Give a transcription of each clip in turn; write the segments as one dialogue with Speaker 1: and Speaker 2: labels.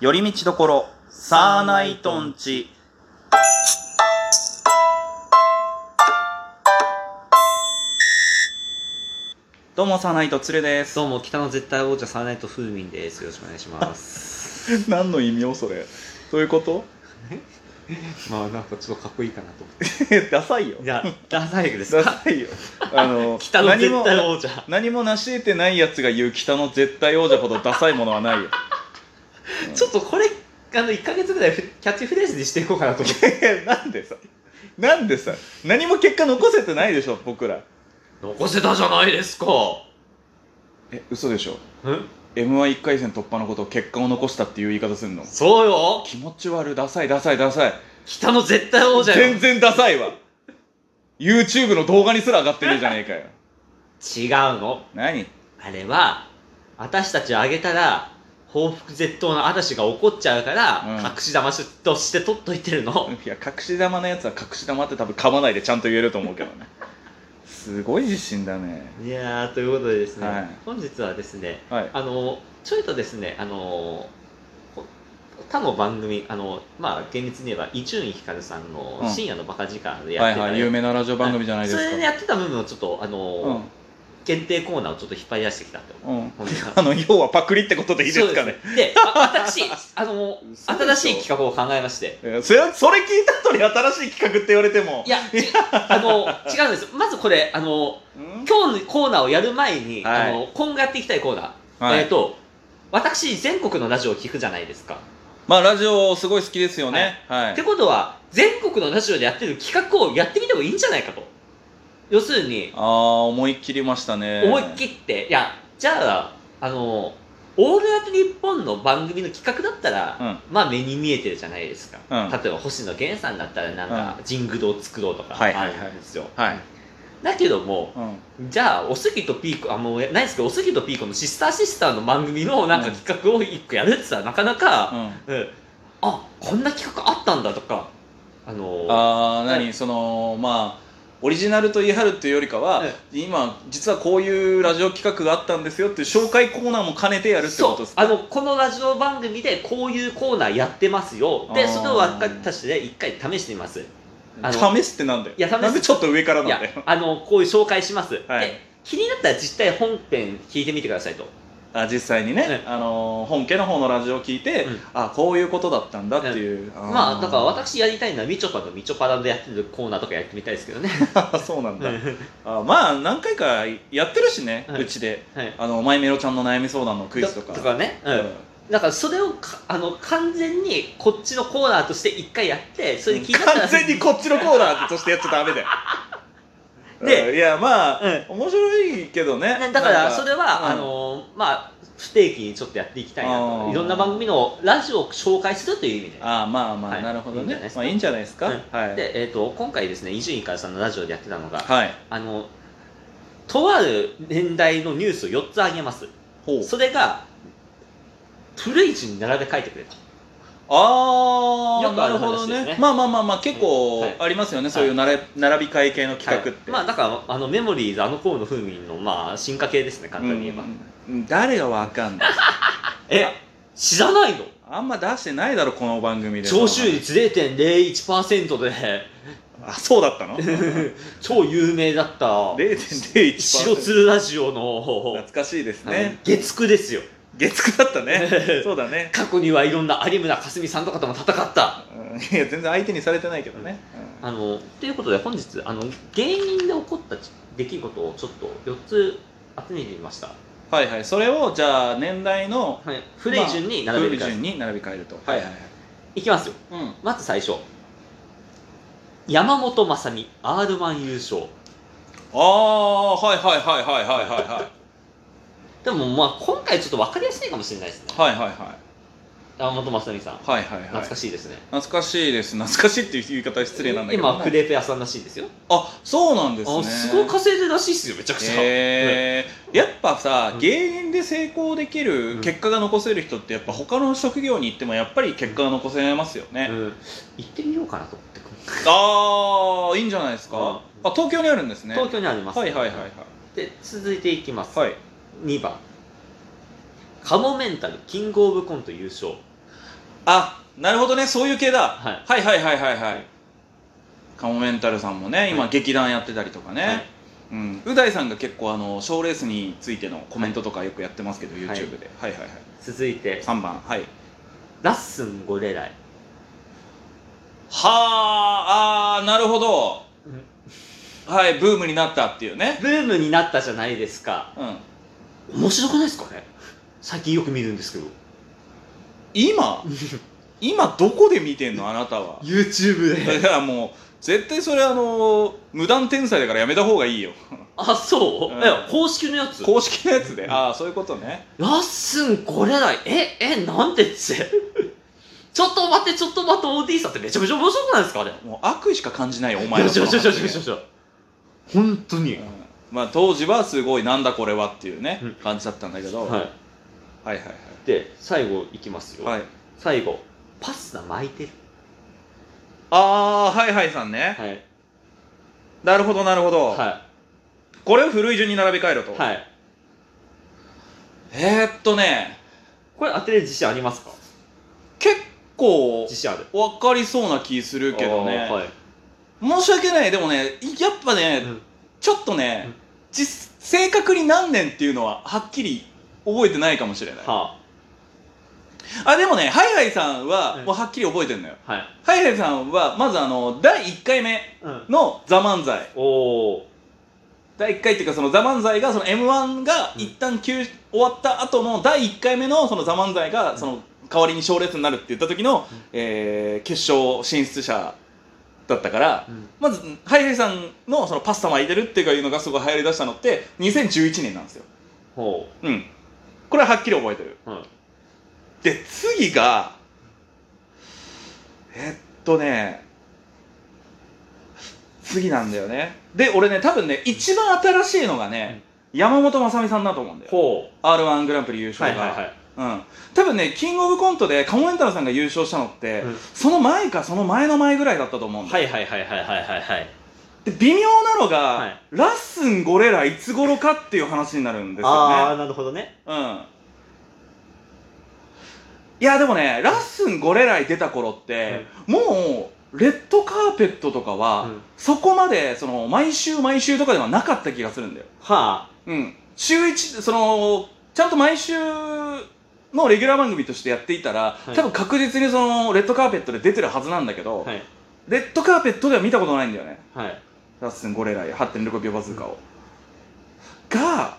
Speaker 1: 寄り道どころ、サーナイトンチ。どうも、サーナイト、つるです。
Speaker 2: どうも北の絶対王者サーナイトフーミンですよろしくお願いしま す
Speaker 1: 何の意味をそれ。どういうこと
Speaker 2: まあなんかちょっとかっこいいかなと思って
Speaker 1: ダサいよ。
Speaker 2: じゃあダ サいです
Speaker 1: ダ
Speaker 2: か
Speaker 1: サいよ。 あの、
Speaker 2: 北の絶対
Speaker 1: 何も
Speaker 2: 王者
Speaker 1: 何も成し得てないやつが言う北の絶対王者ほどダサいものはないよ。 うん
Speaker 2: ちょっとこれあの1か月ぐらいふキャッチフレーズにしていこうかなと思って
Speaker 1: えなんでさ、なんでさ、何も結果残せてないでしょ、僕ら。
Speaker 2: 残せたじゃないですか
Speaker 1: え、嘘でしょ。
Speaker 2: うん
Speaker 1: m 1 1回戦突破のことを結果を残したっていう言い方するの
Speaker 2: そうよ
Speaker 1: 気持ち悪いダサいダサいダサい
Speaker 2: 北の絶対王者よ
Speaker 1: 全然ダサいわ YouTube の動画にすら上がってるじゃねえかよ
Speaker 2: 違うの
Speaker 1: 何
Speaker 2: あれは私たちをあげたら報復絶倒の嵐が怒っちゃうから、
Speaker 1: うん
Speaker 2: 隠し玉として取っといてるの
Speaker 1: いや隠し玉のやつは隠し玉って多分噛まないでちゃんと言えると思うけどねすごい自信だね
Speaker 2: いやーということでですね、
Speaker 1: はい
Speaker 2: 本日はですね
Speaker 1: はい
Speaker 2: あのちょいとですねあのこ他の番組あのまあ厳密に言えば伊集院光さんの
Speaker 1: うん
Speaker 2: 深夜のバカ時間でや
Speaker 1: は
Speaker 2: って
Speaker 1: い
Speaker 2: た、
Speaker 1: はい有名なラジオ番組じゃないです
Speaker 2: そ
Speaker 1: か
Speaker 2: れでやってた部分をちょっとあの、限定コーナーをちょっと引っ張り出してきたと
Speaker 1: うんうん
Speaker 2: 本日は
Speaker 1: あの要はパクリってことでいいですかね
Speaker 2: そうですであ私 あの
Speaker 1: 嘘でしょ
Speaker 2: 新しい企画を考えまして
Speaker 1: いやそれそれ聞いた後に新しい企画って言われても
Speaker 2: いやちあの違うんですまずこれあの
Speaker 1: うん
Speaker 2: 今日のコーナーをやる前に、
Speaker 1: はい
Speaker 2: あの今後やっていきたいコーナー、
Speaker 1: はい
Speaker 2: えっ、と私全国のラジオを聞くじゃないですか
Speaker 1: まあラジオすごい好きですよねはい
Speaker 2: ってことは全国のラジオでやってる企画をやってみてもいいんじゃないかと要するに
Speaker 1: ああ思い切りましたね
Speaker 2: 思い切って、いやじゃああの「オールナイトニッポン」の番組の企画だったら、
Speaker 1: うん
Speaker 2: まあ目に見えてるじゃないですか、
Speaker 1: うん
Speaker 2: 例えば星野源さんだったらなんか、ジングルを作ろうとか
Speaker 1: はいは
Speaker 2: あ
Speaker 1: いはい
Speaker 2: るんですよ、
Speaker 1: はい、
Speaker 2: だけども
Speaker 1: うん、
Speaker 2: じゃあおすぎとピーコあもうないですけどおすぎとピーコのシスターシスターの番組のなんか企画を一個やるって言ったらなかなか、
Speaker 1: あ
Speaker 2: うんあこんな企画あったんだとかあの
Speaker 1: あー
Speaker 2: はい
Speaker 1: 何、そのまあオリジナルと言い張るっていうよりかは、
Speaker 2: は
Speaker 1: 今実はこういうラジオ企画があったんですよっていう紹介コーナーも兼ねてやるってことですか
Speaker 2: そうあのこのラジオ番組でこういうコーナーやってますよ
Speaker 1: あ
Speaker 2: で
Speaker 1: ー
Speaker 2: それを私たちで一回試してみますいあの
Speaker 1: 試すってなんだよ
Speaker 2: いや試す
Speaker 1: なんでちょっと上からなん
Speaker 2: や
Speaker 1: だよ
Speaker 2: あのこういう紹介します、
Speaker 1: はい
Speaker 2: で気になったら実際本編聞いてみてくださいと
Speaker 1: あ実際にね、
Speaker 2: う
Speaker 1: あのー本家の方のラジオを聞いて、
Speaker 2: うん
Speaker 1: あこういうことだったんだっていう、
Speaker 2: まあだから
Speaker 1: 私
Speaker 2: 私やりたいのはみちょぱのみちょぱらでやってるコーナーとかやってみたいですけど ね
Speaker 1: そうなんだ、
Speaker 2: は
Speaker 1: あまあ何回かやってるしね、
Speaker 2: はいう
Speaker 1: ちで
Speaker 2: い
Speaker 1: あのマイメロちゃんの悩み相談のクイズとか
Speaker 2: とかね、う
Speaker 1: うんん
Speaker 2: だからそれをかあの完全にこっちのコーナーとして一回やってそれで聞いたら
Speaker 1: 完全にこっちのコーナーとしてやっちゃダメだよ
Speaker 2: で
Speaker 1: うんいやまあ、
Speaker 2: う
Speaker 1: 面白いけどね
Speaker 2: ねだからそれは、
Speaker 1: うん
Speaker 2: あのまあ不定期にちょっとやっていきたいな
Speaker 1: あ
Speaker 2: と
Speaker 1: ー
Speaker 2: いろんな番組のラジオを紹介するという意味で
Speaker 1: ああまあまあ、
Speaker 2: はい
Speaker 1: なるほど
Speaker 2: いいんじ
Speaker 1: ね
Speaker 2: ゃないですか
Speaker 1: まあいいんじゃないですか、
Speaker 2: うん
Speaker 1: はい
Speaker 2: で、えー、と今回ですね伊集院からさんのラジオでやってたのが、
Speaker 1: はい
Speaker 2: あのとある年代のニュースを4つ挙げます
Speaker 1: ほう
Speaker 2: それが古い順に並べ書いてくれと
Speaker 1: あ
Speaker 2: よ
Speaker 1: あ
Speaker 2: く
Speaker 1: な
Speaker 2: ある
Speaker 1: るほど
Speaker 2: 話ですね
Speaker 1: ねまあまあまあまあ結構
Speaker 2: はい
Speaker 1: ありますよね、そういうなれ並び会系の企画って、
Speaker 2: はいまあだからあのメモリーズあの頃の風味のまあ進化系ですね簡単に言えば、
Speaker 1: うんうん誰がわかんない
Speaker 2: え知らないの
Speaker 1: あんま出してないだろこの番組で
Speaker 2: 徴収率0.01%で
Speaker 1: あそうだったの
Speaker 2: 超有名だった
Speaker 1: 0.01%
Speaker 2: 白鶴ラジオの
Speaker 1: 懐かしいです
Speaker 2: あの
Speaker 1: ね、
Speaker 2: 月9ですよ
Speaker 1: 月9だったね そうだね
Speaker 2: 過去にはいろんな有村架純さんとかとも戦った
Speaker 1: うんいや全然相手にされてないけどね、
Speaker 2: あのということで本日あの芸人で起こった出来事をちょっと4つ集めてみました、
Speaker 1: はいはいそれをじゃあ年代の
Speaker 2: はい、古い順に並べてください、
Speaker 1: 順に並び替えると
Speaker 2: はい
Speaker 1: はい
Speaker 2: いきますよ
Speaker 1: うん
Speaker 2: まず最初山本雅美 r 1優勝
Speaker 1: ああはいはいはいはいはいはいはい
Speaker 2: でもまあ今回ちょっと分かりやすいかもしれないですね
Speaker 1: はいはいはい
Speaker 2: 山本雅美さん
Speaker 1: はいはいはい
Speaker 2: 懐かしいですね、
Speaker 1: 懐かしいです懐かしいっていう言い方は失礼なんだけど
Speaker 2: 今
Speaker 1: も
Speaker 2: クレープ屋さんらしいですよ
Speaker 1: あそうなんですね
Speaker 2: あすごい稼いでるらしいですよめちゃくちゃ、
Speaker 1: へーやっぱさ、
Speaker 2: うん
Speaker 1: 芸人で成功でき
Speaker 2: う
Speaker 1: る
Speaker 2: ん
Speaker 1: 結果が残せる人ってやっぱ他の職業に行ってもやっぱり結果が残せますよね、
Speaker 2: うん、行ってみようかなと思って
Speaker 1: ああいいんじゃないですか、
Speaker 2: うん
Speaker 1: あ東京にあるんですね
Speaker 2: 東京にあります、
Speaker 1: はいはいはい
Speaker 2: で続いていきます、
Speaker 1: はいはい
Speaker 2: 2番カモメンタルキングオブコント優勝
Speaker 1: あなるほどねそういう系だ、
Speaker 2: はい
Speaker 1: はいはいはいはいはいカモメンタルさんもね今劇団やってたりとかね、
Speaker 2: はい
Speaker 1: うん、う大さんが結構あの賞ーレースについてのコメントとかよくやってますけど、YouTube で、はい、はいはい
Speaker 2: 続いて
Speaker 1: 3番はい
Speaker 2: ラッスンゴレライ
Speaker 1: はああーなるほどはいブームになったっていうね
Speaker 2: ブームになったじゃないですか
Speaker 1: うん
Speaker 2: 面白くないですかね最近よく見るんです けど
Speaker 1: 今今どこで見てんのあなたはだ
Speaker 2: YouTube
Speaker 1: からもう絶対それあの無断転載だからやめた方がいいよ
Speaker 2: あそう、
Speaker 1: うん
Speaker 2: いや公式のやつ
Speaker 1: 公式のやつで、
Speaker 2: うん
Speaker 1: ああそういうことね
Speaker 2: ラッスンゴレライええなんでって ちょっと待ってちょっと待って OD さんってめちゃめちゃ面白くないですかあれ
Speaker 1: もう悪意しか感じないよお前
Speaker 2: よ
Speaker 1: の
Speaker 2: し
Speaker 1: そ
Speaker 2: よ
Speaker 1: の
Speaker 2: しよしよしよ
Speaker 1: 発
Speaker 2: しよし本当に、
Speaker 1: 言うんまあ当時はすごいなんだこれはっていうね、
Speaker 2: うん
Speaker 1: 感じだったんだけど、
Speaker 2: は
Speaker 1: はいはい
Speaker 2: いで最後いきますよ、
Speaker 1: はいはい
Speaker 2: 最後パスタ巻いてる
Speaker 1: ああはいはいさんね、
Speaker 2: はい
Speaker 1: なるほどなるほど、
Speaker 2: は
Speaker 1: これを古い順に並べ替えろと、
Speaker 2: いはい
Speaker 1: えー、っとね
Speaker 2: これ当てる自信ありますか
Speaker 1: 結構
Speaker 2: 自信ある
Speaker 1: 分かりそうな気するけどね、
Speaker 2: あーはい
Speaker 1: 申し訳ないでもねいやっぱね、
Speaker 2: うん
Speaker 1: ちょっとね、
Speaker 2: うん
Speaker 1: 実正確に何年っていうのははっきり覚えてないかもしれない、
Speaker 2: は
Speaker 1: あでもねハイハイさんは
Speaker 2: うん
Speaker 1: もうはっきり覚えてるのよ、
Speaker 2: あはい
Speaker 1: ハイハイさんはまずあの第1回目
Speaker 2: うん
Speaker 1: の「ザ漫才
Speaker 2: おお
Speaker 1: 第1回っていうかその「ザ漫才がその m 1が一旦休終わった後の第1回目のその「ザ漫才がその代わりに賞レースになるって言った時の、
Speaker 2: うん
Speaker 1: えー決勝進出者だったから、
Speaker 2: うん
Speaker 1: まずハイハイさんのそのパスタ巻いてるっていうのがすごい流行りだしたのって2011年なんですよ
Speaker 2: ほ
Speaker 1: うんこれははっきり覚えてる
Speaker 2: ううん
Speaker 1: で次がえっとね次なんだよねで俺ね多分ね一番新しいのがね、山本雅美さんだと思うんだよ
Speaker 2: ほう
Speaker 1: r 1グランプリ優
Speaker 2: は
Speaker 1: 勝
Speaker 2: い
Speaker 1: が、
Speaker 2: はいはい
Speaker 1: うん、多分ねキングオブコントでカモメンタルさんが優勝したのって、
Speaker 2: うん
Speaker 1: その前かその前の前ぐらいだったと思うんだよ
Speaker 2: はいはいはいはいはいはいはい
Speaker 1: で微妙なのが、
Speaker 2: はい
Speaker 1: ラッスンゴレラいつ頃かっていう話になるんですよ
Speaker 2: あ
Speaker 1: ね
Speaker 2: あなるほどね
Speaker 1: うんいやでもねラッスンゴレライ出た頃って、もうレッドカーペットとかは、
Speaker 2: うん
Speaker 1: そこまでその毎週毎週とかではなかった気がするんだよ
Speaker 2: は
Speaker 1: うん週一そのちゃんと毎週のレギュラー番組としてやっていたら、
Speaker 2: はい
Speaker 1: 多分確実にそのレッドカーペットで出てるはずなんだけ
Speaker 2: あ
Speaker 1: ど、
Speaker 2: はい
Speaker 1: レッドカーペットでは見たことないんだよね
Speaker 2: はい
Speaker 1: ラッスンゴレライ8.6秒バズーカを、が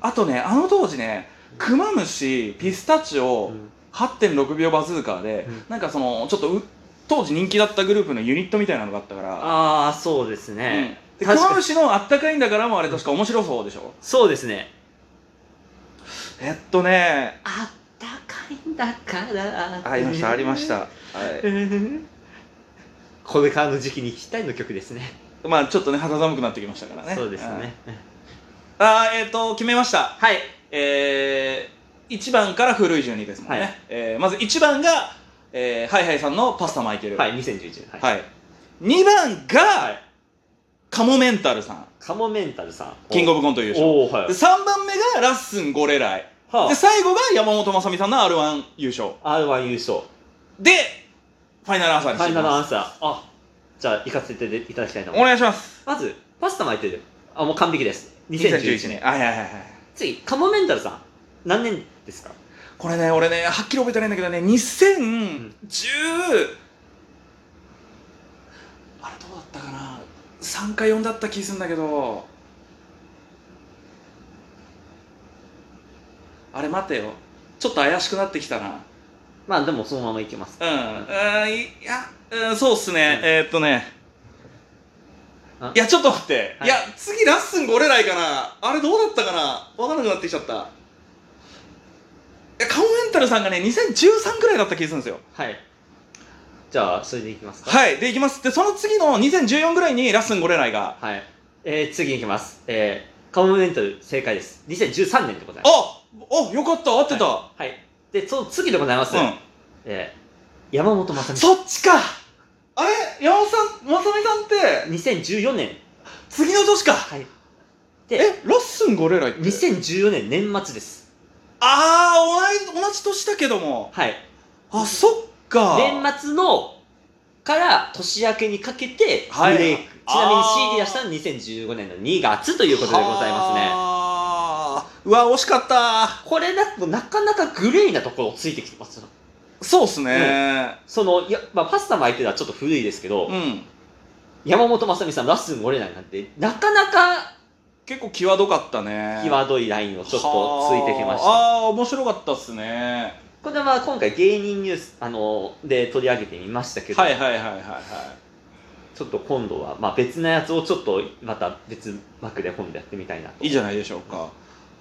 Speaker 1: あとねあの当時ねクマムシピスタチオ
Speaker 2: うん
Speaker 1: 8.6秒バズーカで、
Speaker 2: うん
Speaker 1: なんかそのちょっとう当時人気だったグループのユニットみたいなのがあったから、
Speaker 2: ああそうです
Speaker 1: うん
Speaker 2: ね、
Speaker 1: でク
Speaker 2: 確かに
Speaker 1: マムシのあったかいんだからもあれ確か面白そうでしょ
Speaker 2: そうですね
Speaker 1: えっとね
Speaker 2: あったかいんだから
Speaker 1: ありましたありました、は
Speaker 2: これからの時期にぴったりの曲ですね
Speaker 1: い、まあちょっとね肌寒くなってきましたからね
Speaker 2: そうですね、
Speaker 1: うんあーえっ、と決めました
Speaker 2: はい
Speaker 1: えー、1番から古い順にですもんね、
Speaker 2: はい
Speaker 1: えーまず1番が、えー、ハイハイさんのパスタ巻いてる、
Speaker 2: はいい2011年
Speaker 1: はい、2番が、
Speaker 2: はい
Speaker 1: カモメンタルさん
Speaker 2: カモメンタルさん
Speaker 1: キングオ
Speaker 2: ブ
Speaker 1: ブコント優勝
Speaker 2: おおはい
Speaker 1: で3番目がラッスンゴレライ
Speaker 2: は
Speaker 1: で最後が山本雅美さんの r 1優勝
Speaker 2: あ R1 優勝
Speaker 1: でファイナルアンサー
Speaker 2: フ
Speaker 1: にし
Speaker 2: ァ
Speaker 1: て
Speaker 2: イ
Speaker 1: いき
Speaker 2: ナルア
Speaker 1: ま
Speaker 2: ンサーあじゃあ行かせていただきたいと
Speaker 1: すお
Speaker 2: 思います
Speaker 1: 願いします
Speaker 2: まずパスタ巻いてるあもう完璧です
Speaker 1: 2011
Speaker 2: 2011年
Speaker 1: 年はいはいはいはい
Speaker 2: 次カモメンタルさん何年ですか
Speaker 1: これね俺ねはっきり覚えてないんだけどね2010、あれどうだったかな3か4だった気するんだけどあれ待てよちょっと怪しくなってきたな
Speaker 2: まあでもそのままいきます
Speaker 1: うん、うん、いや、うん、そうっすね、
Speaker 2: うん
Speaker 1: えーっとね
Speaker 2: あ
Speaker 1: いやちょっと待って、、
Speaker 2: はいい
Speaker 1: や次ラッスンゴレライかなあれどうだったかな分からなくなってきちゃったいやカモメンタルさんがね2013ぐらいだった気がするんですよ
Speaker 2: はいじゃあそれでいきますか
Speaker 1: はいでいきますでその次の2014ぐらいにラッスンゴレライが
Speaker 2: はい。えー、次いきます。えー、カモメンタル正解です。2013年でございます。
Speaker 1: ああよかった合ってた、
Speaker 2: はい。で、その次でございます。えー、山本雅
Speaker 1: うん
Speaker 2: 美さん。
Speaker 1: そっちかあれ山本さんまさみさんって
Speaker 2: 2014年。
Speaker 1: 次の年か
Speaker 2: はい。
Speaker 1: え
Speaker 2: で、
Speaker 1: ラッスンゴレライって
Speaker 2: 2014年年末です。
Speaker 1: ああ同じ同じ年だけども
Speaker 2: はい。
Speaker 1: あそっか
Speaker 2: 年末のから年明けにかけてブ
Speaker 1: はい
Speaker 2: レイク、
Speaker 1: あー
Speaker 2: ちなみに CD 出したのは2015年の2月ということでございますね
Speaker 1: はーうわ惜しかった
Speaker 2: これだとなかなかグレーなところをついてきてます
Speaker 1: そうっすね
Speaker 2: そのいや、まあ、パスタも相手ではちょっと古いですけど、
Speaker 1: うん、
Speaker 2: 山本雅美さんラッスン折れないなんてなかなか
Speaker 1: 結構際どかったね
Speaker 2: 際どいラインをちょっとついてきま
Speaker 1: は
Speaker 2: した
Speaker 1: ああー面白かったっすね
Speaker 2: これは今回芸人ニュースあので取り上げてみましたけど、
Speaker 1: はいはいはいはいはい
Speaker 2: ちょっと今度は、まあ、別なやつをちょっとまた別枠で今度やってみたいなと
Speaker 1: いいじゃないでしょうか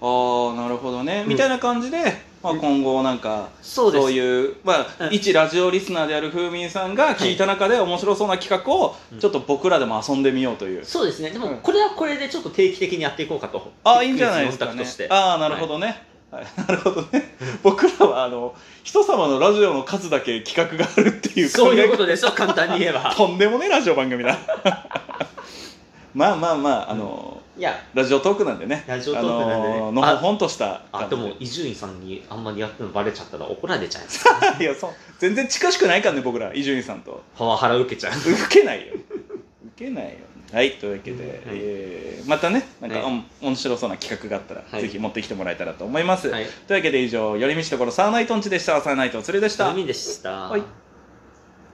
Speaker 1: ああなるほどね、
Speaker 2: うん
Speaker 1: みたいな感じで、まあ、
Speaker 2: うん
Speaker 1: 今後なんか
Speaker 2: そうです
Speaker 1: そういう、まあ
Speaker 2: うん
Speaker 1: 一ラジオリスナーである風民さんが聞いた中で面白そうな企画を
Speaker 2: うん
Speaker 1: ちょっと僕らでも遊んでみようという、
Speaker 2: そうですねで
Speaker 1: うん
Speaker 2: もこれはこれでちょっと定期的にやっていこうかと
Speaker 1: ああいいんじゃないですか
Speaker 2: クイ
Speaker 1: ね
Speaker 2: ズのオタクとして
Speaker 1: ああなるほどね、はい なるほどね僕らはあの人様のラジオの数だけ企画があるっていう
Speaker 2: そういうこ
Speaker 1: 考
Speaker 2: とでしょ簡単に言えば
Speaker 1: え とんでもねえラジオ番組だ まあまあまああの、
Speaker 2: いや
Speaker 1: ラジオトークなんでね
Speaker 2: ラジオトークなんでね
Speaker 1: あののほほんとした
Speaker 2: あ
Speaker 1: 感
Speaker 2: で
Speaker 1: じ
Speaker 2: も伊集院さんにあんまりやってるのバレちゃったら怒られちゃいます
Speaker 1: いやそう全然近しくないからね僕ら伊集院さんと
Speaker 2: パワハラ受けちゃう
Speaker 1: 受けないよ受けないよはいというわけで、
Speaker 2: はい
Speaker 1: えーまたねなんか、
Speaker 2: はい
Speaker 1: うん面白そうな企画があったら、
Speaker 2: はい
Speaker 1: ぜひ持ってきてもらえたらと思います、
Speaker 2: はい
Speaker 1: というわけで以上「寄り道ところサーナイトンチ」でしたサーナイトンツルでした
Speaker 2: 海でした
Speaker 1: はい